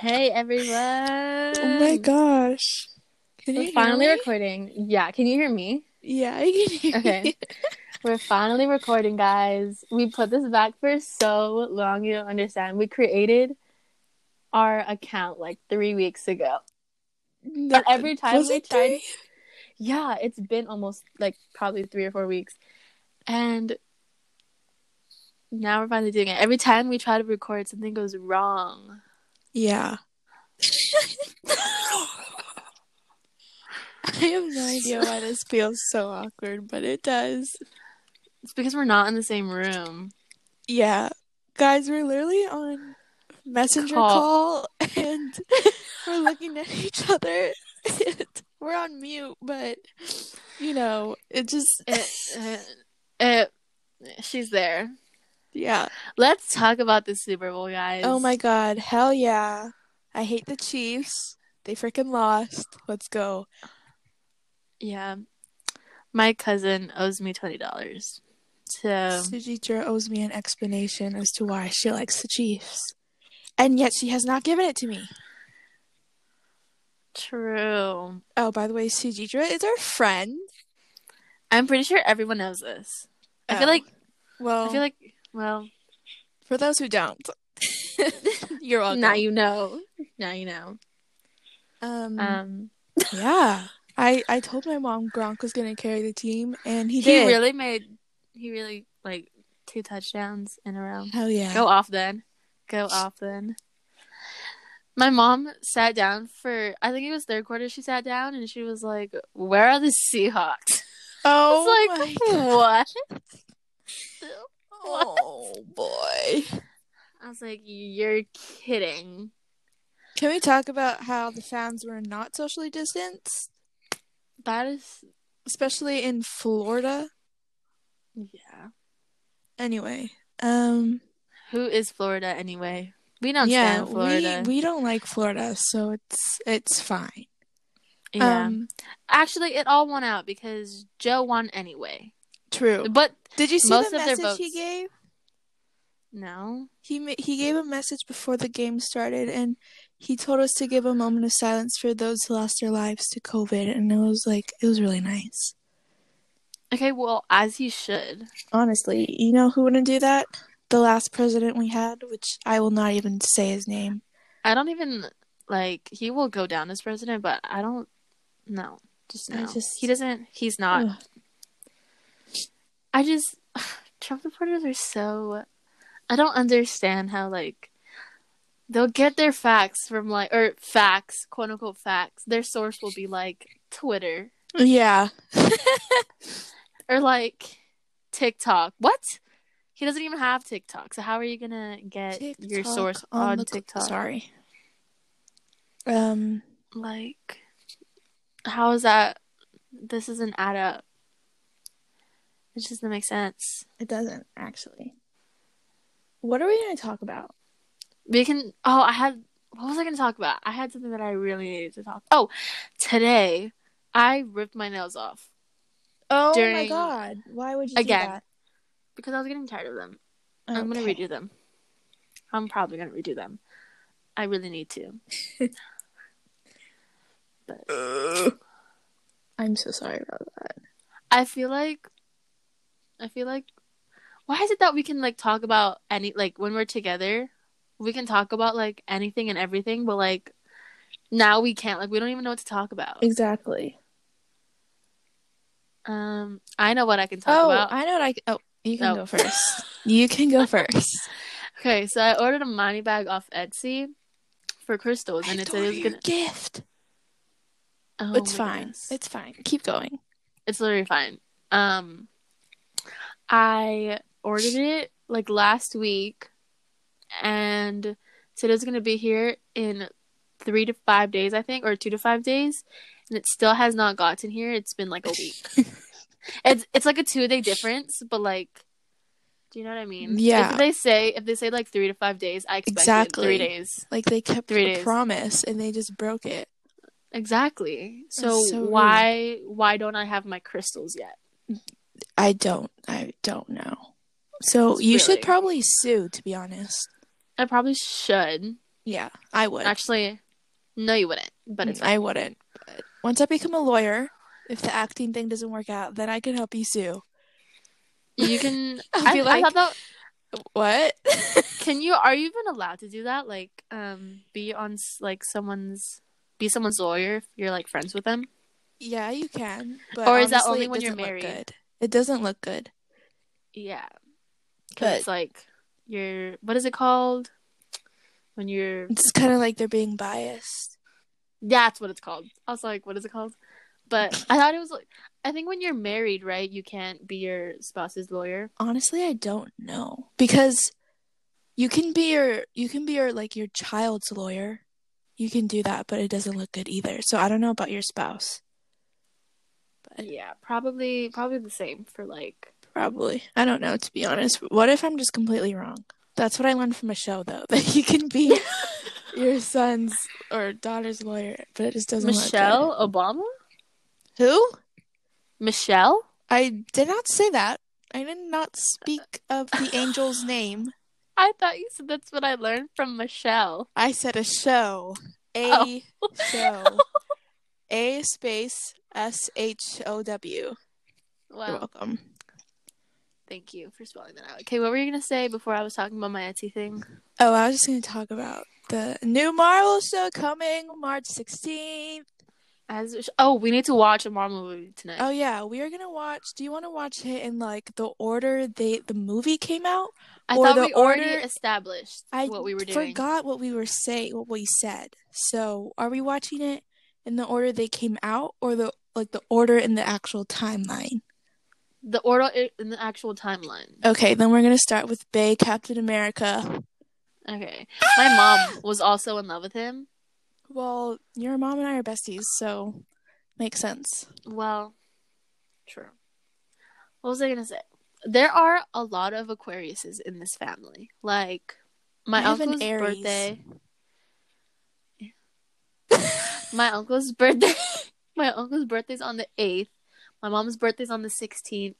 Hey everyone. Oh my gosh. Can We're you finally hear me? recording. Yeah, can you hear me? Yeah, I can hear Okay. you. We're finally recording, guys. We put this back for so long, you don't understand. We created our account like three weeks ago. No, But every time was we it tried three? Yeah, it's been almost like probably three or four weeks. And now we're finally doing it. Every time we try to record, something goes wrong. Yeah. I have no idea why this feels so awkward, but it does. It's because we're not in the same room. Yeah. Guys, we're literally on messenger Call. call, and we're looking at each other. And we're on mute, but you know, it just It, it, it, she's there. yeah. Let's talk about the Super Bowl, guys. Oh my god, hell yeah. I hate the Chiefs. They freaking lost. Let's go. Yeah. My cousin owes me $20. So, Sujitra owes me an explanation as to why she likes the Chiefs. And yet she has not given it to me. true. Oh, by the way, Sujitra is our friend. I'm pretty sure everyone knows this. I feel Oh, like, well, I feel like, well, for those who don't, you're welcome. now you know. Now you know. um, Um, yeah. I, I told my mom Gronk was going to carry the team, and he, he did. really made, he really, like, two touchdowns in a row. Hell yeah. Go off then. Go off then. My mom sat down for I think it was third quarter she sat down and she was like, Where are the Seahawks? Oh, I was like, my God. What? What? oh boy. I was like, You're kidding. Can we talk about how the fans were not socially distanced, That is especially in Florida? yeah. Anyway, um, Who is Florida anyway? We don't yeah, stand Florida. we we don't like Florida, so it's it's fine. yeah. Um, Actually it all won out because Joe won anyway. true. But Did you see most the of their message he votes. gave? no. He ma- he gave a message before the game started, and he told us to give a moment of silence for those who lost their lives to COVID, and it was like it was really nice. Okay, well, as he should. Honestly, you know who wouldn't do that? The last president we had, which I will not even say his name. I don't even like he will go down as president, but I don't no. Just I no. just- he doesn't he's not Ugh. I just Trump supporters are so I don't understand how like they'll get their facts from like or facts, quote unquote facts. Their source will be like Twitter Yeah. or like TikTok. What? He doesn't even have TikTok. So how are you gonna get your TikTok source on on, the cl- TikTok? Sorry. Um. Like how is that this isn't add up. It just doesn't make sense. It doesn't actually. What are we going to talk about? We can. Oh, I had. What was I going to talk about? I had something that I really needed to talk. Oh, today I ripped my nails off Oh my During- god! Why would you Again. do that? because I was getting tired of them. I'm going Okay. to redo them. I'm probably going to redo them. I really need to. I'm so sorry about that. I feel like. I feel like. Why is it that we can like talk about any like when we're together, we can talk about like anything and everything, but like now we can't. Like we don't even know what to talk about. Exactly. Um, I know what I can talk oh, about. I know what I. Oh, you can No. go first. you can go first. Okay, so I ordered a money bag off Etsy for crystals, and I it said tore it was your gonna. gift. Oh it's my fine. goodness. It's It's fine. Keep going. it's literally fine. Um, I ordered it like last week, and said it was gonna be here in three to five days, I think, or two to five days, and it still has not gotten here. It's been like a week. it's it's like a two day difference, but like. Do you know what I mean? Yeah. If they say if they say like three to five days, I expect it in Exactly. three days. Like they kept Three a days. promise and they just broke it. Exactly. So, so rude. why why don't I have my crystals yet? I don't. I don't know. So It's you should really- probably sue, to be honest. I probably should. Yeah, I would. Actually, no, you wouldn't. But it's Mm, I wouldn't. But once I become a lawyer, if the acting thing doesn't work out, then I can help you sue. you can. I'll I, be I like- thought that. What? Can you? Are you even allowed to do that? Like, um, be on s- like someone's, be someone's lawyer if you're like friends with them. yeah, you can. But Or is that honestly, only it when you're doesn't look married? good. It doesn't look good. Yeah, because But- it's like you're. What is it called? When you're. It's kind of like they're being biased. That's what it's called. I was like, what is it called? But I thought it was like. I think when you're married, right, you can't be your spouse's lawyer. Honestly, I don't know because you can be your you can be your like your child's lawyer. You can do that, but it doesn't look good either. So I don't know about your spouse. But Yeah, probably, probably the same for like Probably. I don't know, to be honest. What if I'm just completely wrong? That's what I learned from a show, though, that you can be your son's or daughter's lawyer, but it just doesn't look Michelle Obama. good. Who? Michelle. I did not say that. I did not speak of the angel's name. I thought you said that's what I learned from Michelle. I said a show. A Oh. show. A space S H O W. Well, You're welcome. thank you for spelling that out. Okay, what were you gonna say before I was talking about my Etsy thing? Oh, I was just going to talk about the new Marvel show coming March 16th. As oh, we need to watch a Marvel movie tonight. Oh yeah, we are gonna watch. Do you want to watch it in like the order they the movie came out? I or thought the we already order- established I what we were doing. forgot what we were saying, what we said. So are we watching it in the order they came out, or the like the order in the actual timeline? The order i- in the actual timeline. Okay, then we're gonna start with Bay Captain America. Okay, my mom was also in love with him. Well, your mom and I are besties, so makes sense. Well, true. What was I gonna say? There are a lot of Aquariuses in this family. Like my I have an uncle's Aries. birthday. my uncle's birthday. my uncle's birthday's on the eighth. My mom's birthday's on the sixteenth.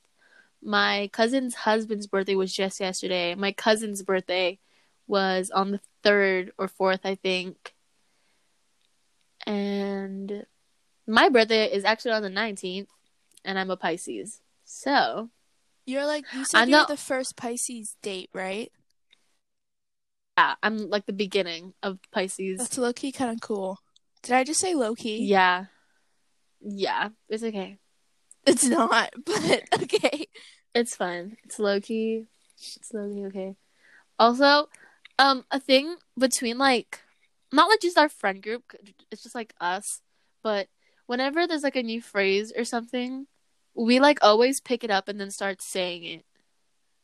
My cousin's husband's birthday was just yesterday. My cousin's birthday was on the third or fourth, I think. And my birthday is actually on the nineteenth, and I'm a Pisces. So You're like you said I'm you're not- the first Pisces date, right? yeah, I'm like the beginning of Pisces. That's low key kind of cool. Did I just say low key? yeah. Yeah, it's okay. It's not, but okay. It's fun. It's low key. It's low key okay. Also, um, a thing between like, not like just our friend group. It's just like us. But whenever there's like a new phrase or something, we like always pick it up and then start saying it.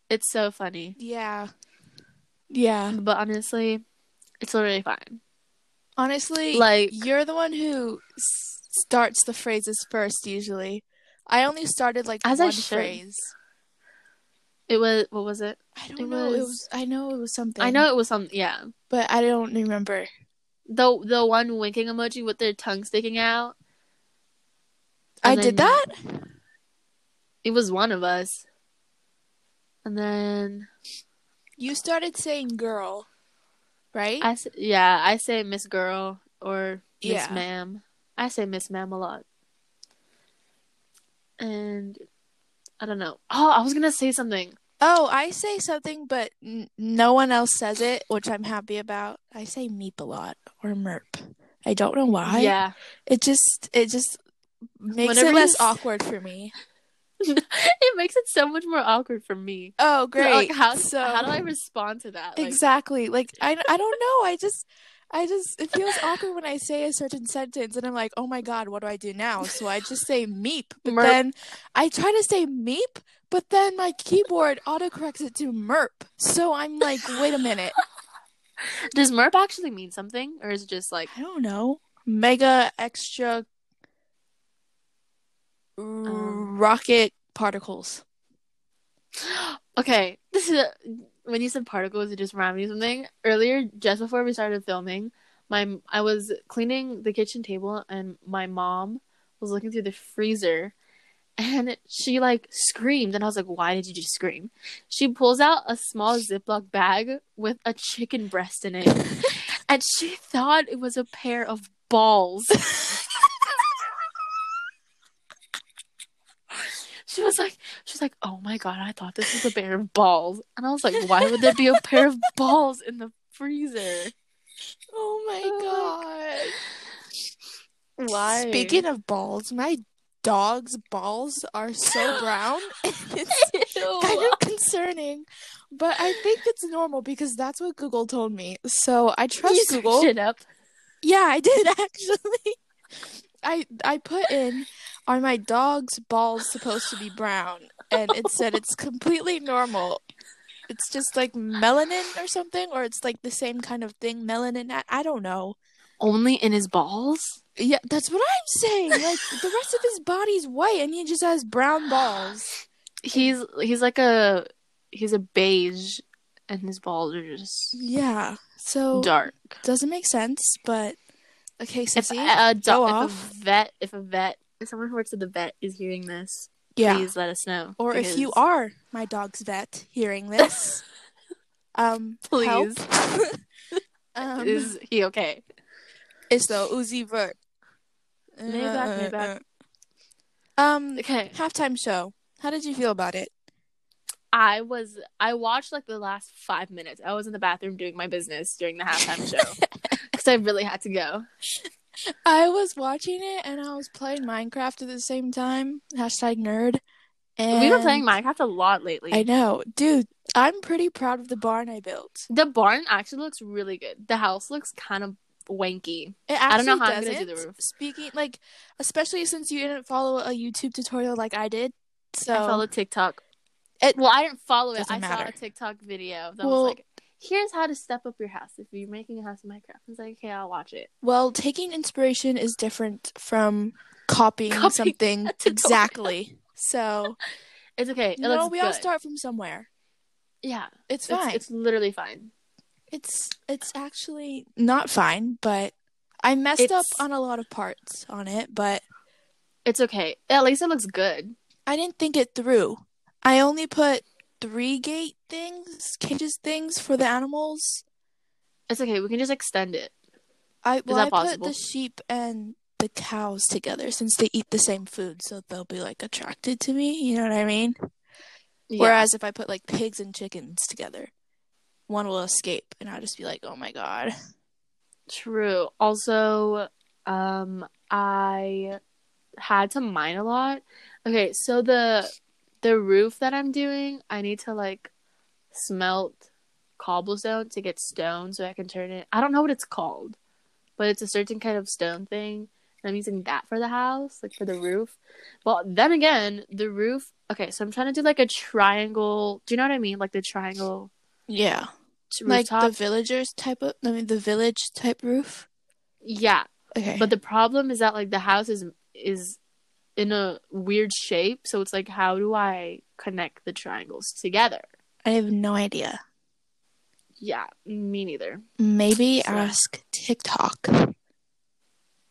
It's so funny. Yeah. Yeah. But honestly, it's literally fine. Honestly, Like, you're the one who s- starts the phrases first usually. I only started like As I one should. phrase. it was what was it? I don't It know. It was- was I know it was something. I know it was some yeah. but I don't remember. The the one winking emoji with their tongue sticking out. I And did then- that? It was one of us. And then You started saying girl, right? I s- yeah, I say Miss Girl or Miss Yeah. Ma'am. I say Miss Ma'am a lot. And I don't know. Oh, I was gonna say something. oh, I say something but n- no one else says it, which I'm happy about. I say meep a lot or merp. I don't know why. yeah, It just it just makes Whenever it you less s- awkward for me. it makes it so much more awkward for me. Oh, great. Like, how so how do I respond to that? Like, exactly like I I don't know. I just I just it feels awkward when I say a certain sentence and I'm like, oh my god, what do I do now? So I just say meep, but Merp. then I try to say meep, but then my keyboard autocorrects it to merp. So I'm like, wait a minute, Does merp actually mean something, or is it just like I don't know. Mega extra Um. rocket particles. Okay, this is a, when you said particles, it just reminded me of something. Earlier, just before we started filming, my I was cleaning the kitchen table, and my mom was looking through the freezer, and she like screamed, and I was like, "Why did you just scream?" She pulls out a small Ziploc bag with a chicken breast in it, and she thought it was a pair of balls. she was like, she's like, oh my god, I thought this was a pair of balls, and I was like, why would there be a pair of balls in the freezer? Oh my Oh god. Why? Speaking of balls, my dog's balls are so brown. and it's kind of concerning. But I think it's normal because that's what Google told me. So I trust You Google. searched it up. Yeah, I did actually. I I put in are my dog's balls supposed to be brown and it said it's completely normal. It's just like melanin or something or it's like the same kind of thing melanin I, I don't know. Only in his balls. Yeah, that's what I'm saying. Like the rest of his body's white and he just has brown balls. He's he's like a he's a beige, and his balls are just Yeah. So dark. doesn't make sense, but okay, If Sissy. a, do- go if off. a vet, if a vet, if someone who works at the vet is hearing this, yeah. please let us know. or if you because- are my dog's vet hearing this, um, help. please, Um, is is he okay? though Uzi Vert. Uh, Lay back, lay back. Um, Okay, halftime show. How did you feel about it? I was I watched like the last five minutes. I was in the bathroom doing my business during the halftime show because I really had to go. I was watching it and I was playing Minecraft at the same time. Hashtag nerd. And We've been playing Minecraft a lot lately. I know, dude. I'm pretty proud of the barn I built. the barn actually looks really good. The house looks kind of wanky. I It actually don't know how I'm doesn't. gonna do the roof. Speaking like, especially since you didn't follow a YouTube tutorial like I did, so I followed TikTok. It- well, I didn't follow it. Doesn't I saw matter. a TikTok video that Well- was like, "Here's how to step up your house if you're making a house in Minecraft." I was like, "Okay, I'll watch it." Well, taking inspiration is different from copying, Copying something exactly. So, It's okay. It you know, looks we good. all start from somewhere. yeah, it's, It's fine. It's, it's literally fine. it's actually not fine, but I messed up It's- on a lot of parts on it, but It's okay. At least it looks good. I didn't think it through. I only put three gate things, cages things for the animals. It's okay. We can just extend it. I well, that I put possible? the sheep and the cows together since they eat the same food, so they'll be like attracted to me, you know what I mean? Yeah. Whereas if I put like pigs and chickens together, one will escape, and I'll just be like, "Oh my god!" True. Also, um, I had to mine a lot. Okay, so the the roof that I'm doing, I need to like smelt cobblestone to get stone so I can turn it. I don't know what it's called, but it's a certain kind of stone thing, and I'm using that for the house, like for the roof. Well, then again, the roof. Okay, so I'm trying to do like a triangle. Do you know what I mean? Like the triangle Yeah, t- like rooftop. the villagers type of. I mean, the village type roof. yeah, Okay, But the problem is that like the house is is in a weird shape, so it's like how do I connect the triangles together? I have no idea. Yeah, me neither. Maybe So- ask TikTok.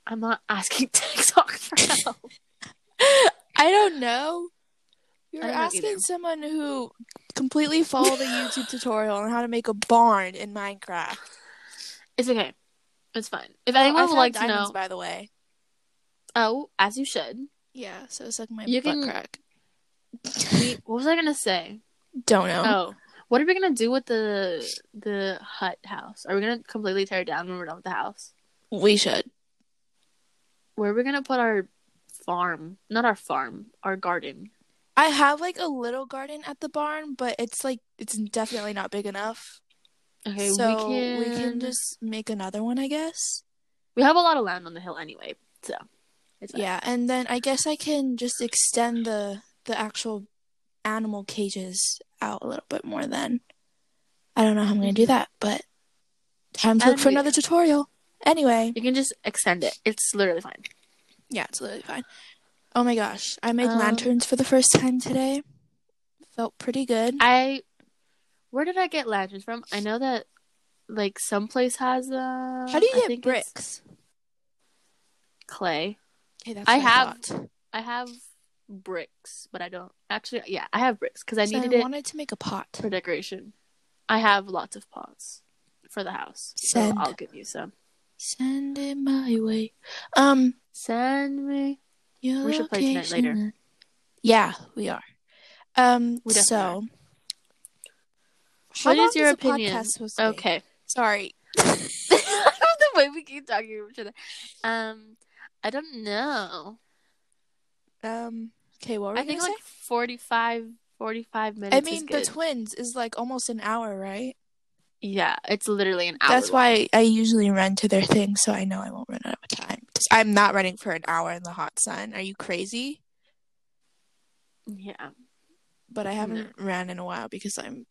I'm not asking TikTok for help. I don't know. You're I don't know asking either. someone who completely followed a YouTube tutorial on how to make a barn in Minecraft. it's okay. It's fine. If anyone would found like to diamonds, know, by the way. oh, as you should. Yeah, so it's like my You butt can- crack. We, what was I gonna say? Don't know. Oh, what are we gonna do with the the hut house? Are we gonna completely tear it down when we're done with the house? We should. Where are we gonna put our farm? Not our farm, our garden. I have like a little garden at the barn, but it's like it's definitely not big enough. Okay, so we can... just make another one, I guess. We have a lot of land on the hill anyway, so it's fine. Yeah, and then I guess I can just extend the the actual animal cages out a little bit more then. I don't know how I'm going to do Mm-hmm. that, but time to I look for don't another tutorial. Anyway, You can just extend it. It's literally fine. yeah, it's literally fine. Oh my gosh, I made Um, lanterns for the first time today. Felt pretty good. I where did I get lanterns from? I know that like someplace has uh how do I you get think it's bricks? Clay. Okay, that's I what have- thought. I have bricks, but I don't actually yeah, I have bricks because I So needed I it wanted to make a pot. for decoration. I have lots of pots. for the house. So Send. I'll give you some. Send it my way. Um, Send me. your We should play tonight later. location- Yeah, we are. Um, We definitely so What is long your a opinion? podcast supposed to be? Okay. Sorry. I love the way we keep talking to each other. Um, I don't know. Um, okay, what were I we think gonna like 45, 45 minutes. say? I is mean, the good. twins is like almost an hour, right? yeah, it's literally an hour. That's why I usually run to their thing, so I know I won't run out of time. 'Cause I'm not running for an hour in the hot sun. Are you crazy? long. Yeah, But Mm-hmm. I haven't ran in a while because I'm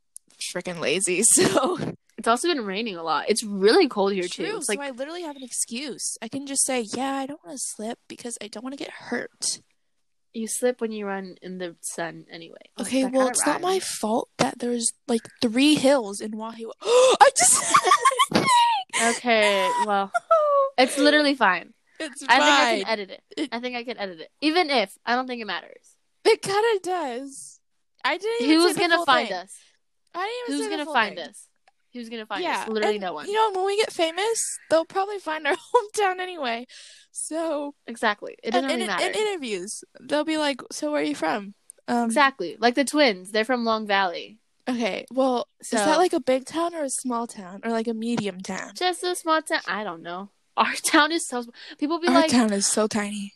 freaking lazy. So it's also been raining a lot. It's really cold here too. True. It's like so I literally have an excuse. I can just say, "Yeah, I don't want to slip because I don't want to get hurt." you slip when you run in the sun anyway. Okay, That well, kinda it's not my rhymes. fault that there's like three hills in Wahoo. I just. Okay, well, it's literally fine. It's I fine. think I can edit it. I think I can edit it. Even if I don't think it matters. it kind of does. I didn't. Even Who's say the gonna full find thing. us? I didn't even Who's say the gonna full find thing. us? Who's gonna find yeah, us? Literally and, no one. You know, when we get famous, they'll probably find our hometown anyway. So exactly. It doesn't and, really and- matter. and interviews, they'll be like, "So where are you from?" Um, exactly. Like the twins. They're from Long Valley. Okay, well, So- is that like a big town or a small town or like a medium town? Just a small town. I don't know. Our town is so small. People be Our like, town is so tiny.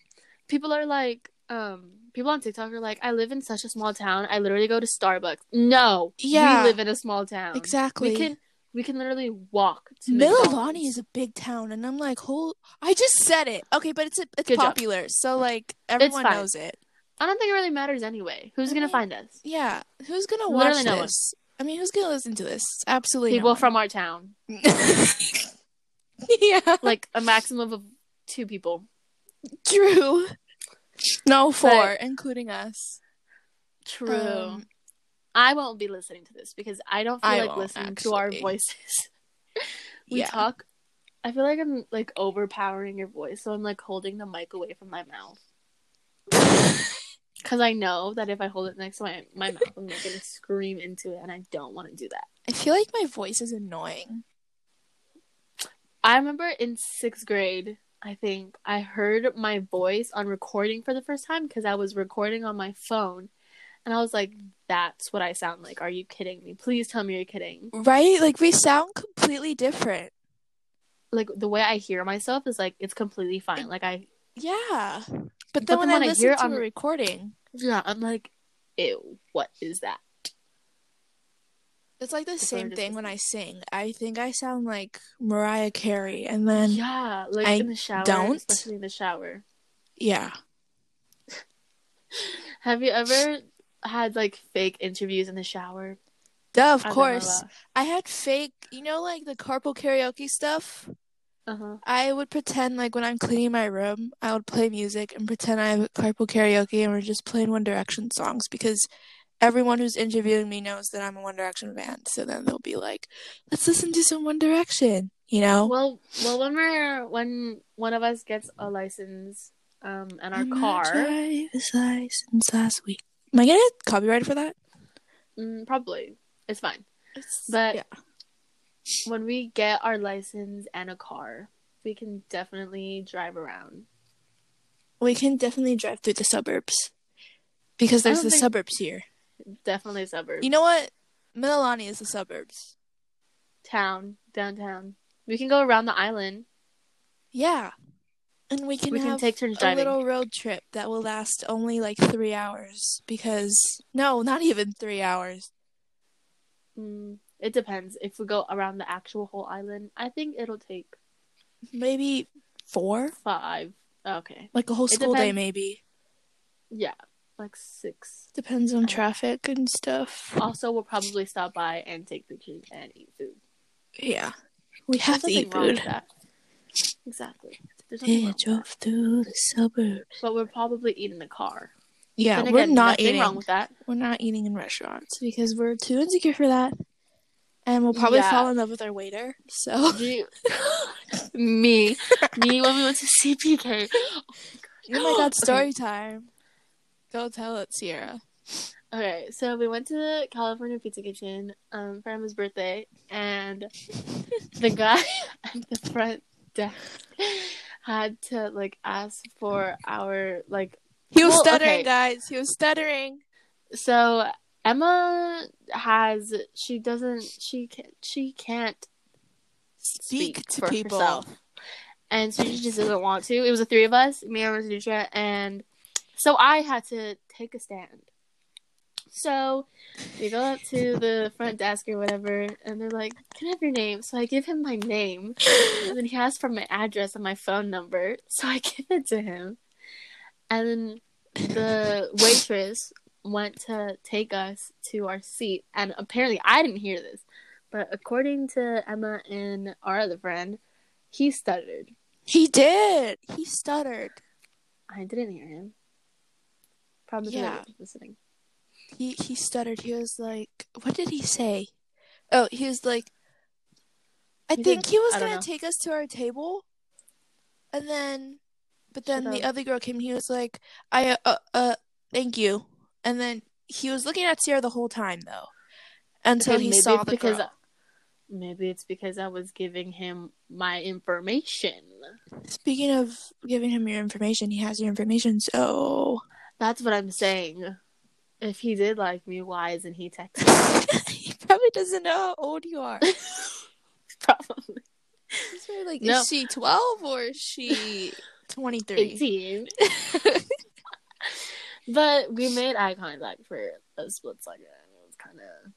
people are like, um, people on TikTok are like, I live in such a small town. I literally go to Starbucks. No, Yeah. we live in a small town. Exactly. We can we can literally walk to Mililani McDonald's. is a big town, and I'm like, whole. I just said it. Okay, but it's a, it's Good job. popular, so like everyone fine. knows it. I don't think it really matters anyway. Who's I gonna mean, find us? Yeah, who's gonna watch Literally no one. this? I mean, who's gonna listen to this? Absolutely, People no from our town, one. yeah, like a maximum of two people. true. No, four, But- including us. True. Um, I won't be listening to this because I don't feel I like won't, listening to our actually. voices. we yeah. talk. I feel like I'm like overpowering your voice, so I'm like holding the mic away from my mouth because I know that if I hold it next to my my mouth, I'm like, gonna scream into it, and I don't want to do that. I feel like my voice is annoying. I remember in sixth grade, I think I heard my voice on recording for the first time because I was recording on my phone, and I was like, "That's what I sound like." Are you kidding me? Please tell me you're kidding. Right? Like we sound completely different. like the way I hear myself is like it's completely fine. Like I Yeah. But then then when, I, when I listen hear to on- a recording, yeah, I'm like, ew, what is that? it's like the It's same already thing the when I sing. I think I sound like Mariah Carey and then yeah. yeah, like I in the shower, don't. especially in the shower. Have you ever had like fake interviews in the shower? Duh, of I don't know course. I had fake, you know like the carpool karaoke stuff? that. Uh-huh. I would pretend like when I'm cleaning my room, I would play music and pretend I have carpool karaoke and we're just playing One Direction songs because everyone who's interviewing me knows that I'm a One Direction fan. So then they'll be like, let's listen to some One Direction, you know? Well, well, when we're when one of us gets a license, um, in our And my car, driver's license last week. Am I gonna get copyrighted for that? mm, probably it's fine. It's- But- yeah. When we get our license and a car, we can definitely drive around. we can definitely drive through the suburbs because I there's don't the think- suburbs here. Definitely suburbs. You know what? Mililani is the suburbs. town, downtown. We can go around the island. Yeah. And we can we can have take turns a driving. little road trip that will last only like three hours because no, not even three hours. Mm, it depends. If we go around the actual whole island, I think it'll take Maybe four, five. Okay. like a whole It school day, depends. maybe. Yeah, like six. Depends on traffic and stuff. Also, we'll probably stop by and take pictures and eat food. Yeah, we have to There's eat nothing wrong with food. that. Exactly. There's nothing Yeah, wrong with that. drove through the suburbs. But we'll probably eat in the car. Yeah, Then we're again, not nothing eating. wrong with that. we're not eating in restaurants because we're too insecure for that, and we'll probably Yeah. fall in love with our waiter. So Do you- me, me when we went to CPK. Oh my god, Okay. story time. Go tell it, Sierra. Okay, so we went to the California Pizza Kitchen um, for Emma's birthday, and the guy at the front desk had to like ask for our like. He was Well, stuttering, okay. guys. He was stuttering. So Emma has she doesn't she can she can't Speak to for people. and so she just doesn't want to. It was the three of us, me and Nutra, and so I had to take a stand. So we go up to the front desk or whatever, and they're like, "Can I have your name?" So I give him my name, and then he asked for my address and my phone number, so I give it to him, and then the waitress went to take us to our seat, and apparently I didn't hear this, but according to Emma and our other friend, he stuttered. He did. He stuttered. I didn't hear him. Probably Yeah. not listening. He he stuttered. He was like, "What did he say?" Oh, he was like, "I He think didn't- he was I don't gonna know. take us to our table," and then, but then Shut the up. other girl came. He was like, "I uh, uh uh thank you," and then he was looking at Sierra the whole time though, until Okay, he maybe saw it's the because girl. maybe it's because I was giving him my information. Speaking of giving him your information, he has your information. So That's what I'm saying. If he did like me, why isn't he texting? he probably doesn't know how old you are. Probably He's probably like, No. is she twelve or is she twenty three? 18. But we made eye contact for a split second. It was kind of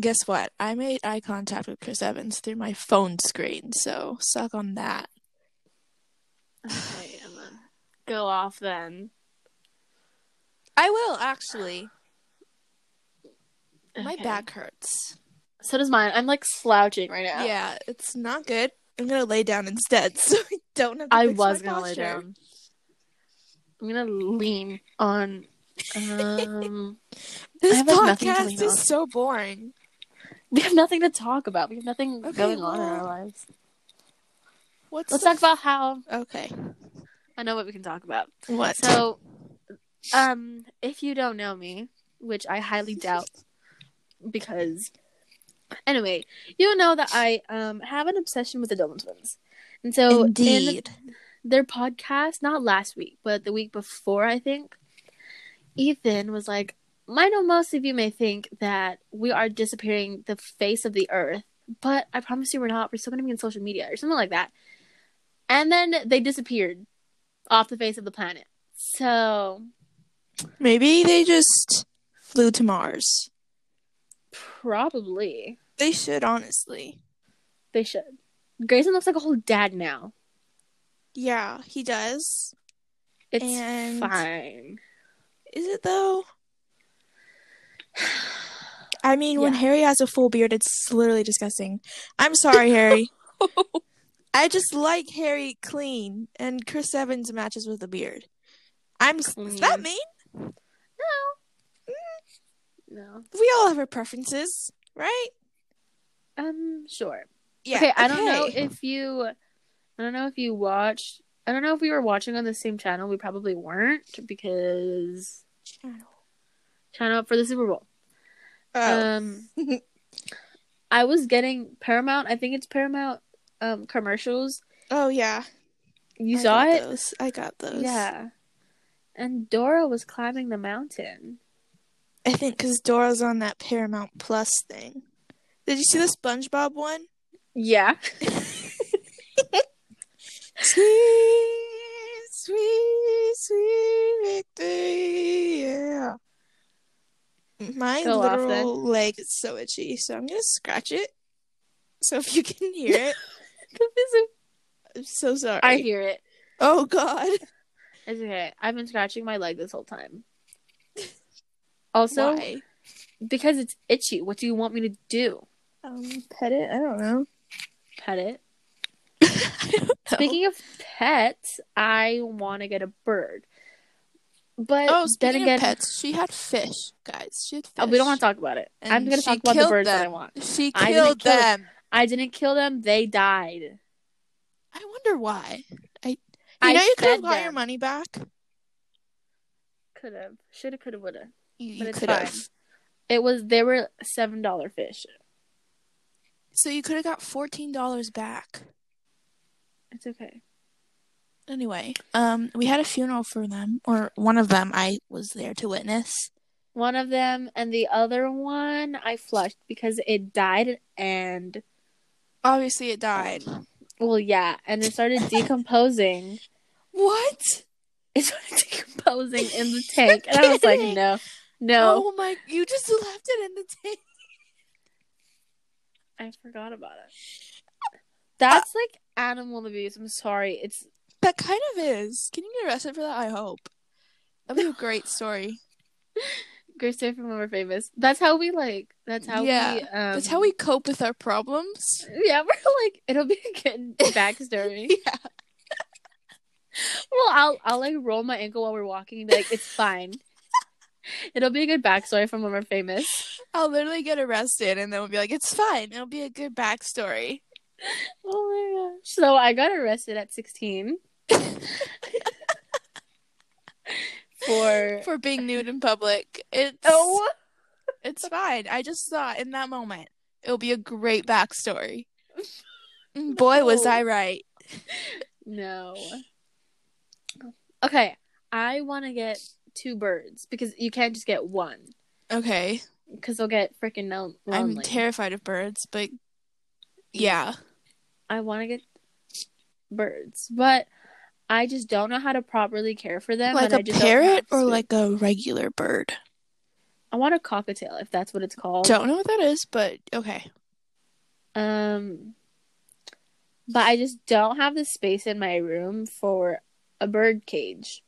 guess what? I made eye contact with Chris Evans through my phone screen, so suck on that. okay. Emma. Go off then. I will actually. My Okay. back hurts. So does mine. I'm like slouching right now. Yeah. it's not good. I'm gonna lay down instead, so I don't have. To I fix was my gonna lay posture. down. I'm gonna lean on. Um, I This have, like, nothing to podcast lean is on. so boring. we have nothing to talk about. We have nothing Okay, going on in well, our lives. What's Let's the- talk about how Okay. I know what we can talk about. What? So, um, if you don't know me, which I highly doubt, because anyway, you know that I um have an obsession with the Dolan twins, and so in Indeed. their podcast, not last week, but the week before, I think, Ethan was like, I know most of you may think that we are disappearing the face of the earth, but I promise you we're not. We're still going to be in social media or something like that. And then they disappeared off the face of the planet. So Maybe they just flew to Mars. probably They should honestly. they should. Grayson looks like a whole dad now. Yeah, he does. It's And- fine. Is it though? I mean, when Yeah. Harry has a full beard, it's literally disgusting. I'm sorry, Harry. I just like Harry clean, and Chris Evans matches with a beard. I'm. Is that Clean. mean? Mm. No. We all have our preferences, right? Um, sure. Yeah. okay, I don't know okay. if you I don't know if you watched I don't know if we were watching on the same channel. We probably weren't because channel up for the Super Bowl. Oh. Um I was getting Paramount, I think it's Paramount um commercials. oh yeah. You I saw got it? Those. I got those. Yeah. And Dora was climbing the mountain. I think because Dora's on that Paramount Plus thing. Did you see the SpongeBob one? Yeah. Sweet, sweet, sweet victory. Yeah. My Go off then. literal leg is so itchy, so I'm gonna scratch it. So if you can hear it, I'm so sorry. I hear it. oh God. It's okay. I've been scratching my leg this whole time. Also, Why? because it's itchy, what do you want me to do? Um, pet it. I don't know. Pet it. No. Speaking of pets, I want to get a bird. But oh, then speaking again, of pets, she had fish, guys. She had fish. uh, we don't want to talk about it. I'm And going to she talk about the killed birds that I them. want. She I didn't killed kill it. them. I didn't kill them; they died. I wonder why. I. You I know you could fed have got your them. money back. Could have, should have, could have, would have. You, But you it's could fine. have. It was they were seven dollar fish. So you could have got fourteen dollars back. It's okay. Anyway, um, we had a funeral for them, or one of them. I was there to witness. One of them and the other one I flushed because it died and Obviously, it died. well yeah, and it started decomposing. What? It started decomposing in the tank. And I was like, kidding. no, no. Oh my! You just left it in the tank. I forgot about it. That's like animal abuse. I'm sorry. It's That kind of is. Can you get arrested for that? I hope. That'd be a great story. Grace Day from Over Famous. That's how we like. That's how we. Um, Yeah, That's how we cope with our problems. Yeah, we're like it'll be a good backstory. Yeah. well, I'll I'll like roll my ankle while we're walking. And be like it's fine. it'll be a good backstory from when we're famous. I'll literally get arrested, and then we'll be like, "It's fine. It'll be a good backstory." Oh my gosh! So I got arrested at sixteen for for being nude in public. It's oh it's fine. I just thought in that moment it would be a great backstory. And Boy, was No. I right. no. Okay, I want to get two birds because you can't just get one Okay, because they'll get freaking lonely. I'm terrified of birds, but yeah, I want to get birds, but I just don't know how to properly care for them. like and I a just don't have parrot or space. like a regular bird. I want a cockatiel if that's what it's called. Don't know what that is, but okay. Um, but I just don't have the space in my room for a bird cage.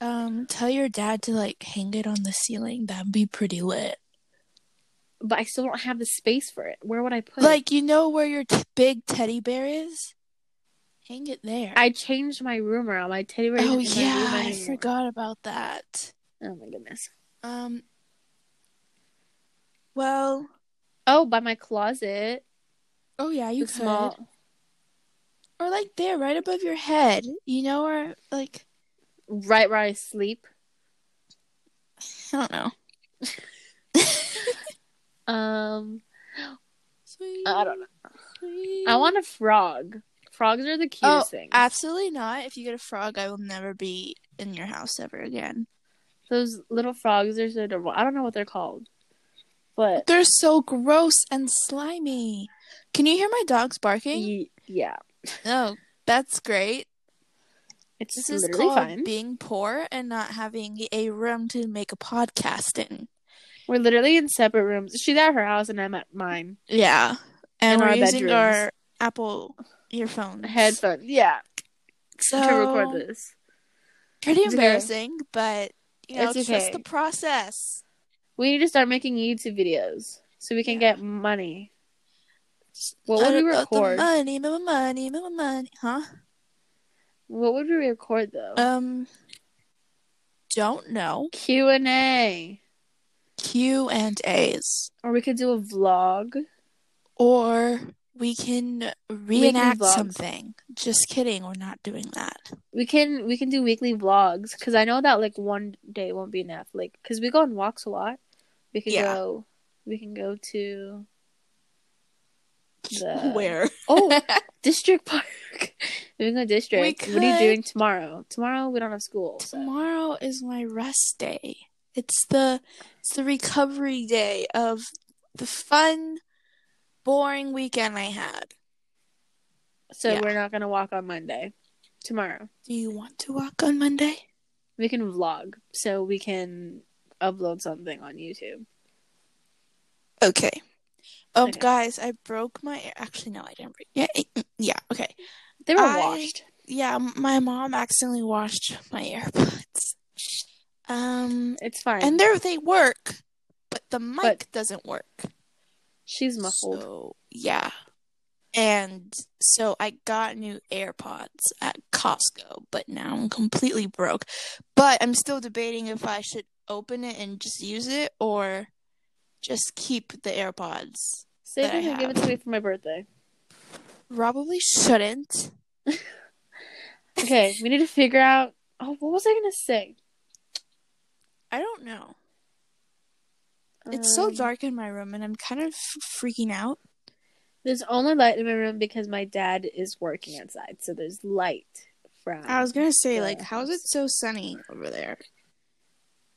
Um, tell your dad to like hang it on the ceiling. That'd be pretty lit. But I still don't have the space for it. Where would I put it? Like you know where your t- big teddy bear is. Hang it there. I changed my room around. My teddy bear. oh isn't in my room yeah, I anymore. forgot about that. Oh my goodness. Um. Well. Oh, by my closet. Oh yeah, You you the could. small. Or like there, right above your head. You know, or like Right where I sleep. I don't know. Um, Sweet, I don't know. sweet- I want a frog. Frogs are the cutest Oh, thing. absolutely not. If you get a frog, I will never be in your house ever again. Those little frogs are so adorable. I don't know what they're called, but They're so gross and slimy. Can you hear my dogs barking? y- yeah, Oh, that's great. it's This is literally called fine. being poor and not having a room to make a podcast in. We're literally in separate rooms. She's at her house and I'm at mine. Yeah. In And we're our using bedrooms. our Apple earphones. Headphones, yeah, So, to record this. Pretty It's okay. embarrassing, but you know, It's it's okay. just the process. We need to start making YouTube videos so we can Yeah. get money. What would I we don't know, the record? Money, money, money, money, money, huh? What would we record though? Um, don't know. Q and A, Q and A's, or we could do a vlog. or we can reenact vlog. something. Just kidding, we're not doing that. We can we can do weekly vlogs because I know that like one day won't be enough. Like because we go on walks a lot. We can Yeah. go. We can go to the Where Oh, district park. we can go to district. We What are you could. doing tomorrow? Tomorrow we don't have school. so- tomorrow is my rest day. It's the it's the recovery day of the fun, boring weekend I had. So Yeah. we're not gonna walk on Monday. Tomorrow Do you want to walk on Monday? we can vlog so we can upload something on YouTube. Okay. Um, Okay. guys, I broke my. Actually, no, I didn't break. Yeah, it- yeah. Okay. They were I- washed. Yeah, m- my mom accidentally washed my AirPods. Um, It's fine. and they are they work, but the mic But- doesn't work. She's muffled. So yeah, and so I got new AirPods at Costco, but now I'm completely broke. But I'm still debating if I should open it and just use it or just keep the AirPods. Save that it I and give it to me for my birthday. Probably shouldn't. Okay, we need to figure out. Oh, what was I gonna say? I don't know. It's so Um, dark in my room, and I'm kind of f- freaking out. There's only light in my room because my dad is working outside, so there's light from. I was gonna say, the like, how is it house. so sunny over there?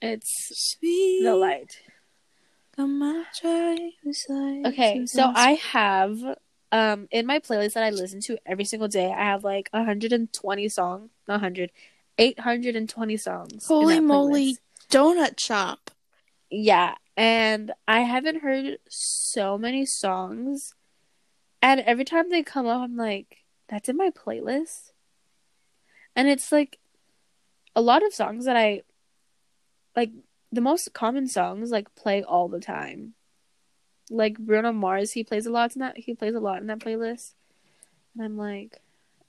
It's Sweet, the light. Come on, try this light. Okay, so I have um in my playlist that I listen to every single day, I have like 120 songs, not 100, 820 songs. in Holy that moly. playlist. donut shop. Yeah, and I haven't heard so many songs, and every time they come up, I'm like, that's in my playlist, and it's like a lot of songs that I like. The most common songs like play all the time, like Bruno Mars. He plays a lot in that. He plays a lot in that playlist, and I'm like,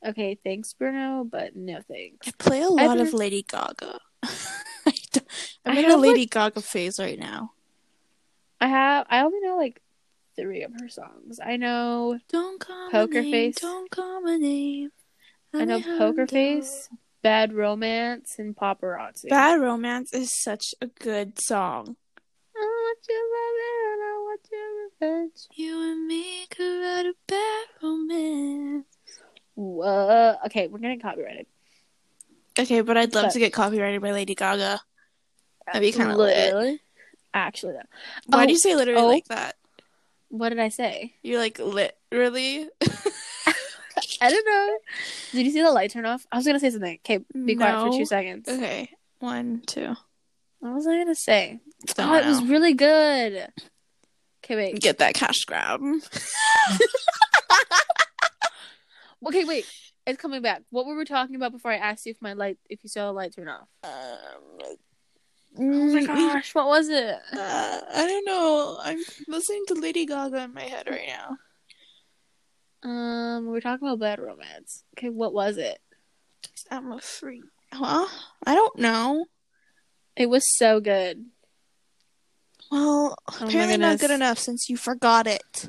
okay, thanks, Bruno, but no thanks. I play a I've lot of heard- Lady Gaga. I don't- I'm I in a have, like- Lady Gaga phase right now. I have. I only know like three of her songs. I know Don't call my Poker name, Face. Don't call my name. I know Poker Alejandro. Face, Bad Romance, and Paparazzi. Bad Romance is such a good song. I want your love and I want your revenge. You and me could write a bad romance. Whoa. Okay, we're getting copyrighted. Okay, but I'd love But- to get copyrighted by Lady Gaga. That'd be kind of lit. literally. Actually, though, Why Oh, do you say literally oh. like that? what did I say? You're like lit, really? I don't know. Did you see the light turn off? I was gonna say something. Okay, be quiet No. for two seconds. Okay, one, two. What was I gonna say? Don't oh, it was know. really good. Okay, wait. get that cash grab. Okay, wait. It's coming back. What were we talking about before I asked you if my light, if you saw the light turn off? Oh my gosh, what was it? Uh, I don't know. I'm listening to Lady Gaga in my head right now. Um, we were talking about bad romance. Okay, what was it? I'm a freak. Huh? I don't know. It was so good. Well, my apparently not goodness. good enough since you forgot it.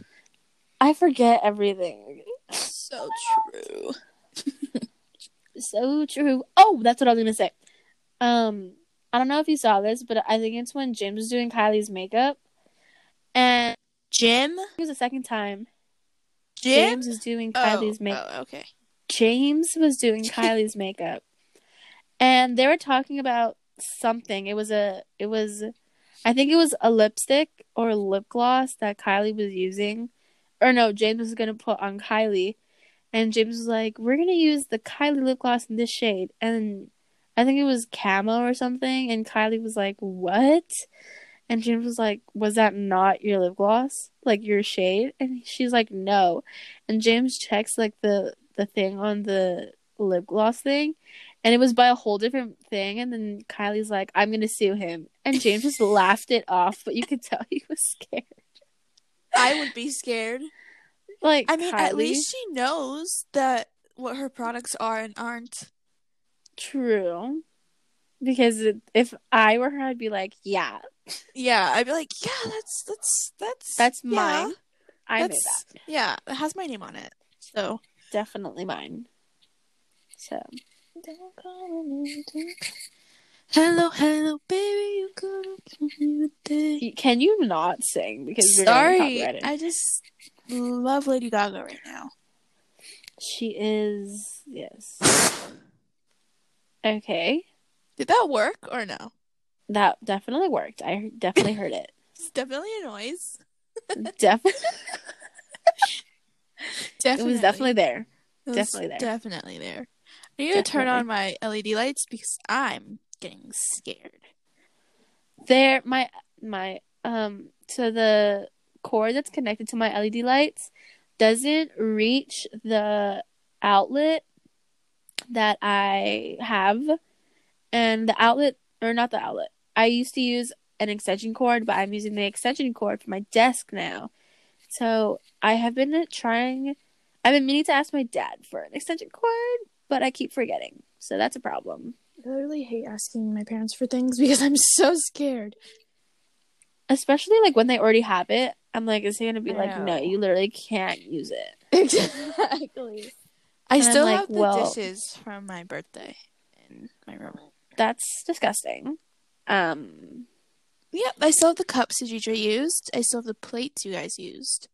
I forget everything. So true. So true. Oh, that's what I was gonna say. Um, I don't know if you saw this, but I think it's when James was doing Kylie's makeup, and Jim? it was the second time Jim? James was doing Oh, Kylie's makeup. oh, okay. James was doing Kylie's makeup, and they were talking about something. It was a, it was, I think it was a lipstick or lip gloss that Kylie was using, or no, James was gonna put on Kylie, and James was like, "We're gonna use the Kylie lip gloss in this shade," and I think it was camo or something, and Kylie was like, "What?" And James was like, "Was that not your lip gloss, like your shade?" And she's like, "No." And James checks like the the thing on the lip gloss thing, and it was by a whole different thing. And then Kylie's like, "I'm gonna sue him," and James just laughed it off, but you could tell he was scared. I would be scared. Like, I mean, at Kylie, least she knows that what her products are and aren't. true, because it- if I were her, I'd be like, "Yeah, Yeah, I'd be like, yeah, that's that's that's that's yeah, mine. I made that's- that." Yeah, it has my name on it. So definitely mine. So. hello, hello, baby, you could give me a day. Y- Can you not sing? Because we're Sorry, Sorry, I just love Lady Gaga right now. she is yes. Okay, Did that work or no? that definitely worked. I he- definitely heard it. It's definitely a noise. Definitely, it Definitely, was definitely there. It was definitely there. Definitely there. I need to turn on my LED lights because I'm getting scared. There, my my um. So the cord that's connected to my LED lights doesn't reach the outlet that I have, and the outlet or not the outlet. I used to use an extension cord, but I'm using the extension cord for my desk now. So I have been trying. I've been meaning to ask my dad for an extension cord, but I keep forgetting. So that's a problem. I literally hate asking my parents for things because I'm so scared. especially like when they already have it i'm like is he gonna be I like no know. you literally can't use it Exactly. I And I'm still like, have the well- dishes from my birthday in my room. that's disgusting Um, Yep, I still have the cups Sajidra used. I still have the plates you guys used.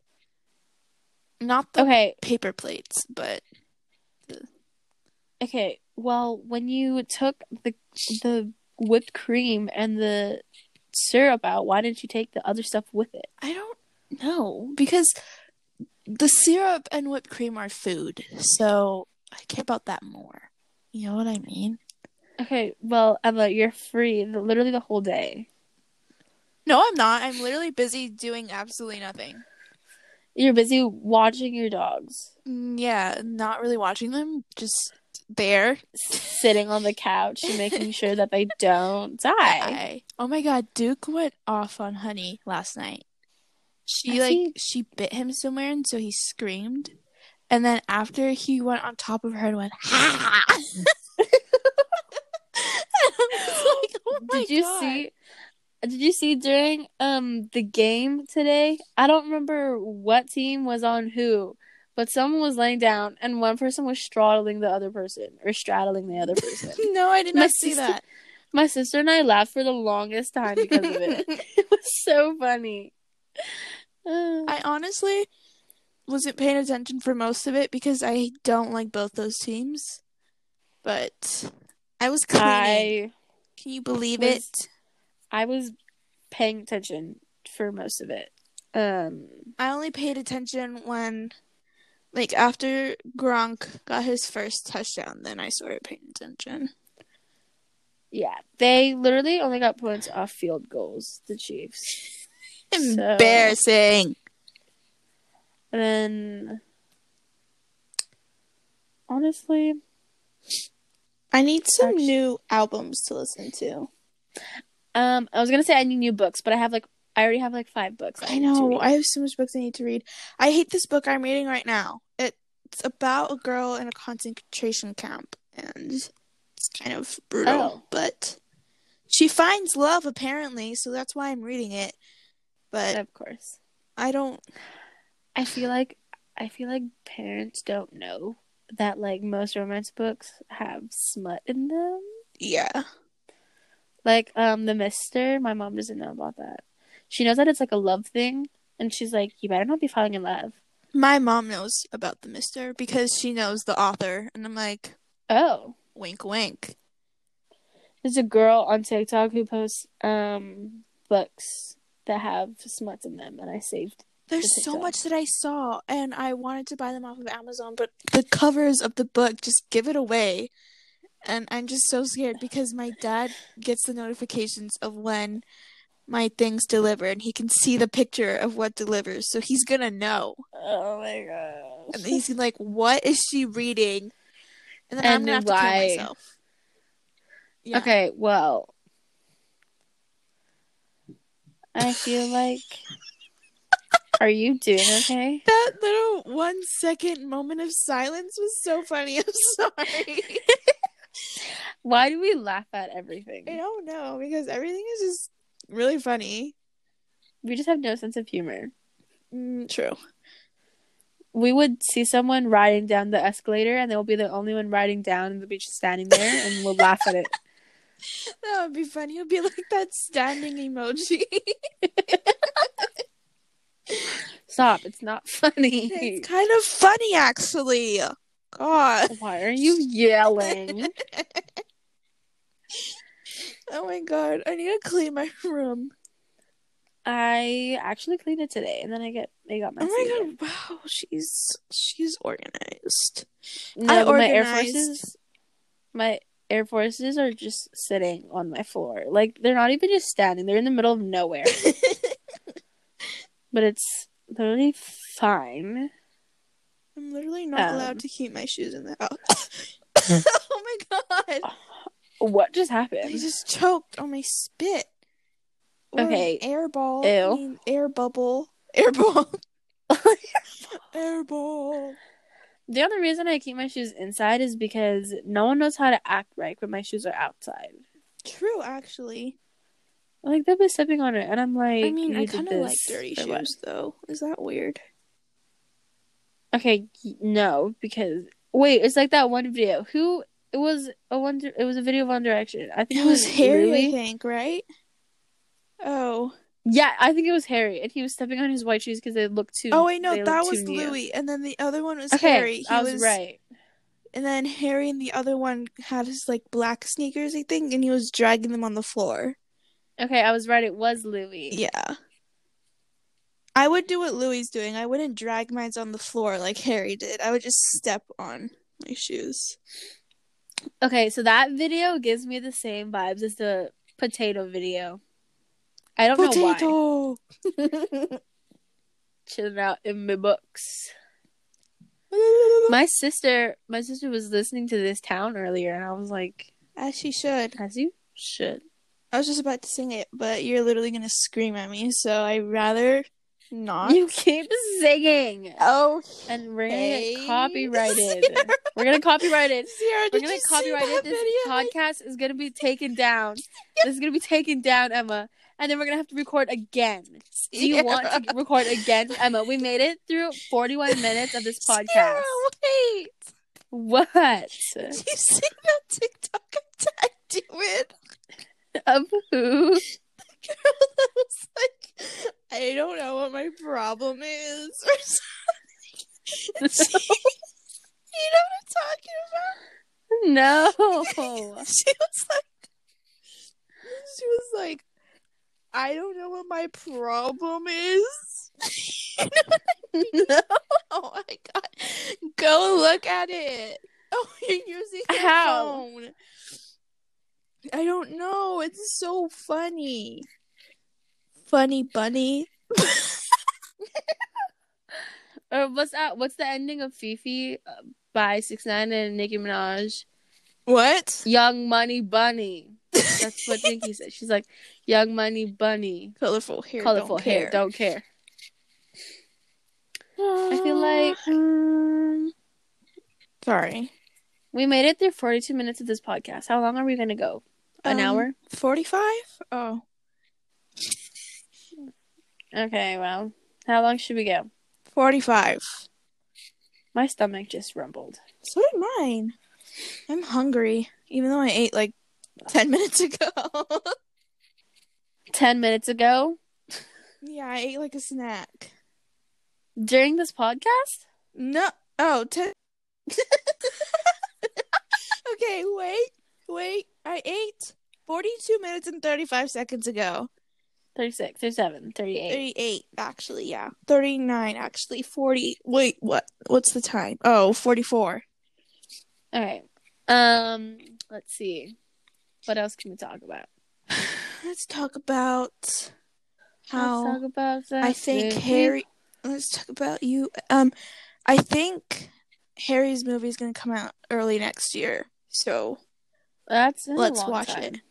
Not the Okay, paper plates, but okay. Well, when you took the the whipped cream and the syrup out, why didn't you take the other stuff with it? I don't know because the syrup and whipped cream are food, so I care about that more. You know what I mean? Okay, well, Emma, you're free the, literally the whole day. No, I'm not. I'm literally busy doing absolutely nothing. You're busy watching your dogs, Mm, Yeah, not really watching them, just there. sitting on the couch, and making sure that they don't die. Bye. Oh my god, Duke went off on Honey last night. She I like think- she bit him somewhere, and so he screamed. And then after he went on top of her and went, ha! and I'm just like, oh my did you God. see? Did you see during um the game today? I don't remember what team was on who, but someone was laying down and one person was straddling the other person or straddling the other person. No, I did My not see sister- that. My sister and I laughed for the longest time because of it. it was so funny. Uh, I honestly wasn't paying attention for most of it because I don't like both those teams. But I was cleaning. I Can you believe was- it? I was paying attention for most of it. Um, I only paid attention when, like, after Gronk got his first touchdown, then I started paying attention. yeah, they literally only got points off field goals. The Chiefs. So- Embarrassing. And then, honestly, I need some Actu- new albums to listen to. um, I was gonna say I need new books, but I have like I already have like five books. I need to know. read. I have so much books I need to read. I hate this book I'm reading right now. It's about a girl in a concentration camp, and it's kind of brutal. Oh. But she finds love apparently, so that's why I'm reading it. But of course. I don't. I feel like I feel like parents don't know that like most romance books have smut in them. Yeah. Like um the Mister, my mom doesn't know about that. She knows that it's like a love thing, and she's like, "You better not be falling in love." My mom knows about the mister because she knows the author, and I'm like, Oh, wink, wink. there's a girl on TikTok who posts um books that have smuts in them, and I saved. There's so TikTok. much that I saw, and I wanted to buy them off of Amazon, but the covers of the book just give it away. And I'm just so scared because my dad gets the notifications of when my thing's delivered, and he can see the picture of what delivers, so he's gonna know. Oh my god! And then he's gonna be like, "What is she reading?" And then I'm And gonna have to why? kill myself. Yeah. Okay, well, I feel like. Are you doing okay? That little one second moment of silence was so funny. I'm sorry. Why do we laugh at I everything? don't know because everything is just really funny. We just have no sense of humor. Mm, true. We would see someone riding down the escalator, and they'll be the only one riding down, and they'll be just standing there, and we'll laugh at it. That would be funny. It would be like that standing emoji. Stop! It's not funny. it's kind of funny, actually. God. Why are you yelling? Oh my god. I need to clean my room. I actually cleaned it today, and then I get I got Oh messy. my god. Wow. She's she's organized. No, I but my Air organized. Forces, my Air Forces are just sitting on my floor. Like they're not even just standing; they're in the middle of nowhere. but it's literally fine. I'm literally not Um. allowed to keep my shoes in the house. oh my god. What just I happened? just choked on my spit. Or an Okay. Air ball. Ew. I mean, air bubble. Air ball. air ball. The only reason I keep my shoes inside is because no one knows how to act right when my shoes are outside. True, actually. Like they'll be stepping on it, and I'm like, I mean, "You I did kind of like this dirty for shoes, what?" though. Is that weird? Okay, y- no, because wait, it's like that one video. Who It was a one. Di- It was a video of One Direction. I think It was Harry, I Louis. think, right? Oh. Yeah, I think it was Harry, and he was stepping on his white shoes because they looked too. Oh wait, no, they that looked was too new. Louis, and then the other one was Okay, Harry. He I was, right. And then Harry and the other one had his like black sneakers, I think, and he was dragging them on the floor. Okay, I was right. It was Louis. Yeah. I would do what Louis doing. I wouldn't drag mine on the floor like Harry did. I would just step on my shoes. Okay, so that video gives me the same vibes as the potato video. I don't know why. Potato. Chilling out in my books. My- My sister, my sister was listening to this town earlier, and I was like, As she should. "As you should." I was just about to sing it, but you're literally gonna scream at me, so I rather not. You keep singing, Oh, and we're gonna Okay. get copyrighted. we're gonna copyright it. We're gonna copyright it. This podcast is gonna be taken down. This is gonna be taken down, Emma. And then we're gonna have to record again. Do you want to record again, Emma? We made it through 41 minutes of this podcast. Sierra, wait. What? Did you sing that TikTok I tagged you in? Of who? Girl, that was like, I don't know what my problem is or something. you know what I'm No. talking about? She was like, she was like, I don't know what my problem is. no. Oh my god. Go look at it. Oh, you're using your How? phone. I don't know. It's so funny. Funny bunny. Or what's that? What's the ending of Fifi uh, by Six Nine and Nicki Minaj? What? Young Money Bunny. That's what Nicki said. She's like, Young Money Bunny. Colorful hair. Colorful don't hair. care. Don't care. I feel like um, Sorry. we made it through 42 minutes of this podcast. How long are we going to go? An Um, hour? 45? Oh. Okay, well, how long should we go? 45. My stomach just rumbled. So did mine. I'm hungry, even though I ate like 10 minutes ago. 10 minutes ago yeah, I ate like a snack. during this podcast? No. Oh, 10. okay, wait. Wait. I ate 42 minutes and 35 seconds ago. 36, 37, 38. 38, actually, yeah. 39, actually. 40. Wait, what? What's the time? Oh, 44. All right. Um, let's see. What else can we talk about? Let's talk about how. Let's talk about that. I think Harry. Let's talk about you. Um, I think Harry's movie is going to come out early next year, so That's let's watch it.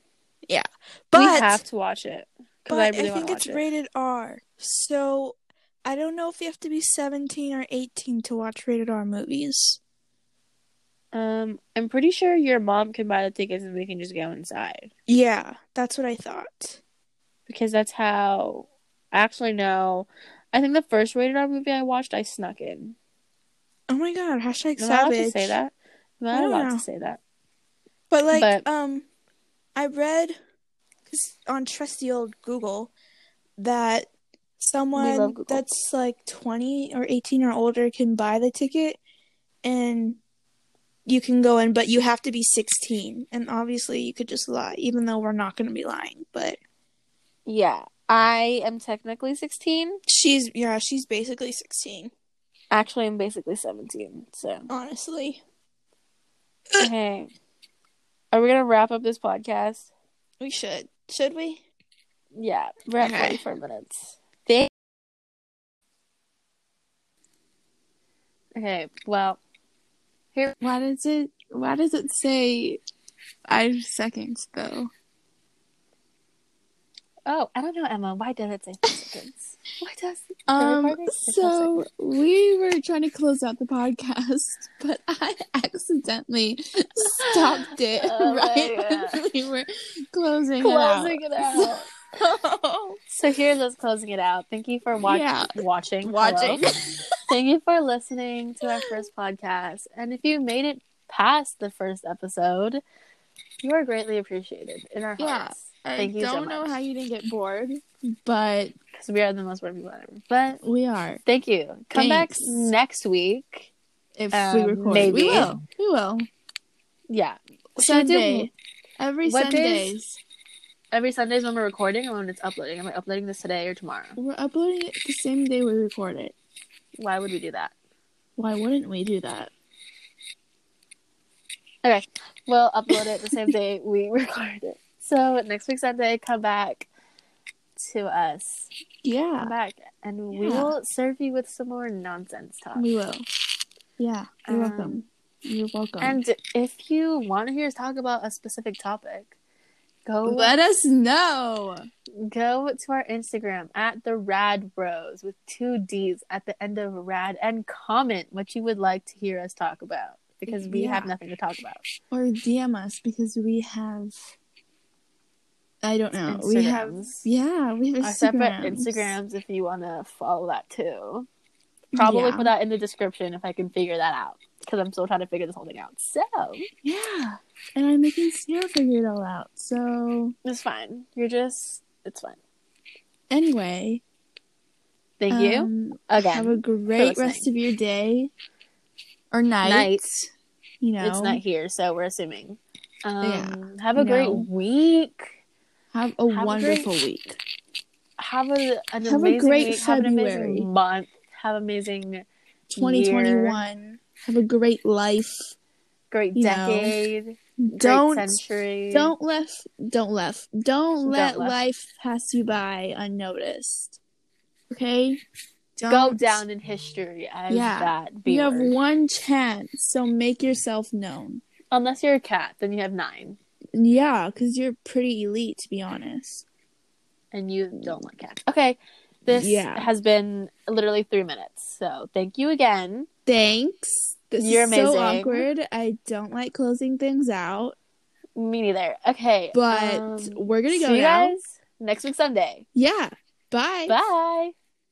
Yeah, But but we have to watch it because but I I, really want think to it's watch it. rated R. So I don't know if you have to be seventeen or eighteen to watch rated R movies. um, I'm pretty sure your mom can buy the tickets and we can just go inside Yeah, that's what I thought. because that's how. Actually, no. I think the first rated R movie I watched, I snuck in. Oh my god, hashtag Am I allowed savage. to say that? Am I I don't allowed know. to say that? But like, But- um, I read 'cause on trusty old Google that someone Google. that's like twenty or eighteen or older can buy the ticket, and you can go in, but you have to be sixteen. And obviously, you could just lie, even though we're not going to be lying. But Yeah, I am technically 16. she's yeah, she's basically sixteen, Actually, I'm basically 17. So. honestly. Okay. Are we gonna wrap up this podcast? We should should we? Yeah, we're at Okay. 44 minutes. Thank- okay, well, Why does it? Why does it say five seconds though? oh, I don't know, Emma. Why does it say five seconds? Why does it? Um. recording? So we were trying to close out the podcast, but I accidentally stopped it Oh my right God. when we were closing, Closing it it out. so here's us closing it out. Thank you for watching. Yeah. Watching. Watching. hello. Thank you for listening to our first podcast. And if you made it past the first episode. You are greatly appreciated in our Yeah. hearts. I Thank you so don't know much. how you didn't get bored, but Because we are the most bored people ever. But we are. thank you. Come Thanks. back next week. If we Um, record, we maybe. will. We will. Yeah. Should I do Sunday. Every What Sundays, every Sundays when we're recording and when it's uploading. Am I uploading this today or tomorrow? we're uploading it the same day we record it. Why would we do that? Why wouldn't we do that? We'll upload it the same day we record it. So next week Sunday, come back to us. Come Yeah, back, and we Yeah. will serve you with some more nonsense talk. we will. Yeah, you're welcome. Um, You're welcome. And if you want to hear us talk about a specific topic, go let us know. go to our Instagram at the Rad Bros with two D's at the end of Rad and comment what you would like to hear us talk about because we have Yeah. nothing to talk about. or DM us because we have. I don't know. We have Instagrams. yeah, we have Our separate Instagrams. Instagrams if you want to follow that too. Probably Yeah. put that in the description if I can figure that out because I'm still trying to figure this whole thing out. So Yeah, and I'm making Sierra figure it all out. So it's fine. You're just it's fine. anyway, Thank you um, again. Have a great listening. rest of your day or night. Night. You know, It's not here, so we're assuming. Um, Have a No. great week. Have a Have a wonderful week. have a an Have a amazing great week, have an amazing February. month, have amazing 2021. Have a great life. great You know, decade, don't great century. don't let don't let don't let Don't let. life pass you by unnoticed. Okay, go Don't. down in history as Yeah. that. B You have word. one chance, so make yourself known. Unless you're a cat, then you have nine, Yeah, because you're pretty elite, to be honest. and you don't like cats. Okay, this Yeah. has been literally three minutes. So thank you again. Thanks. This You're is so amazing. awkward. I don't like closing things out, Me neither. Okay, but um, we're gonna go see you now. guys next week Sunday. Yeah. Bye. Bye.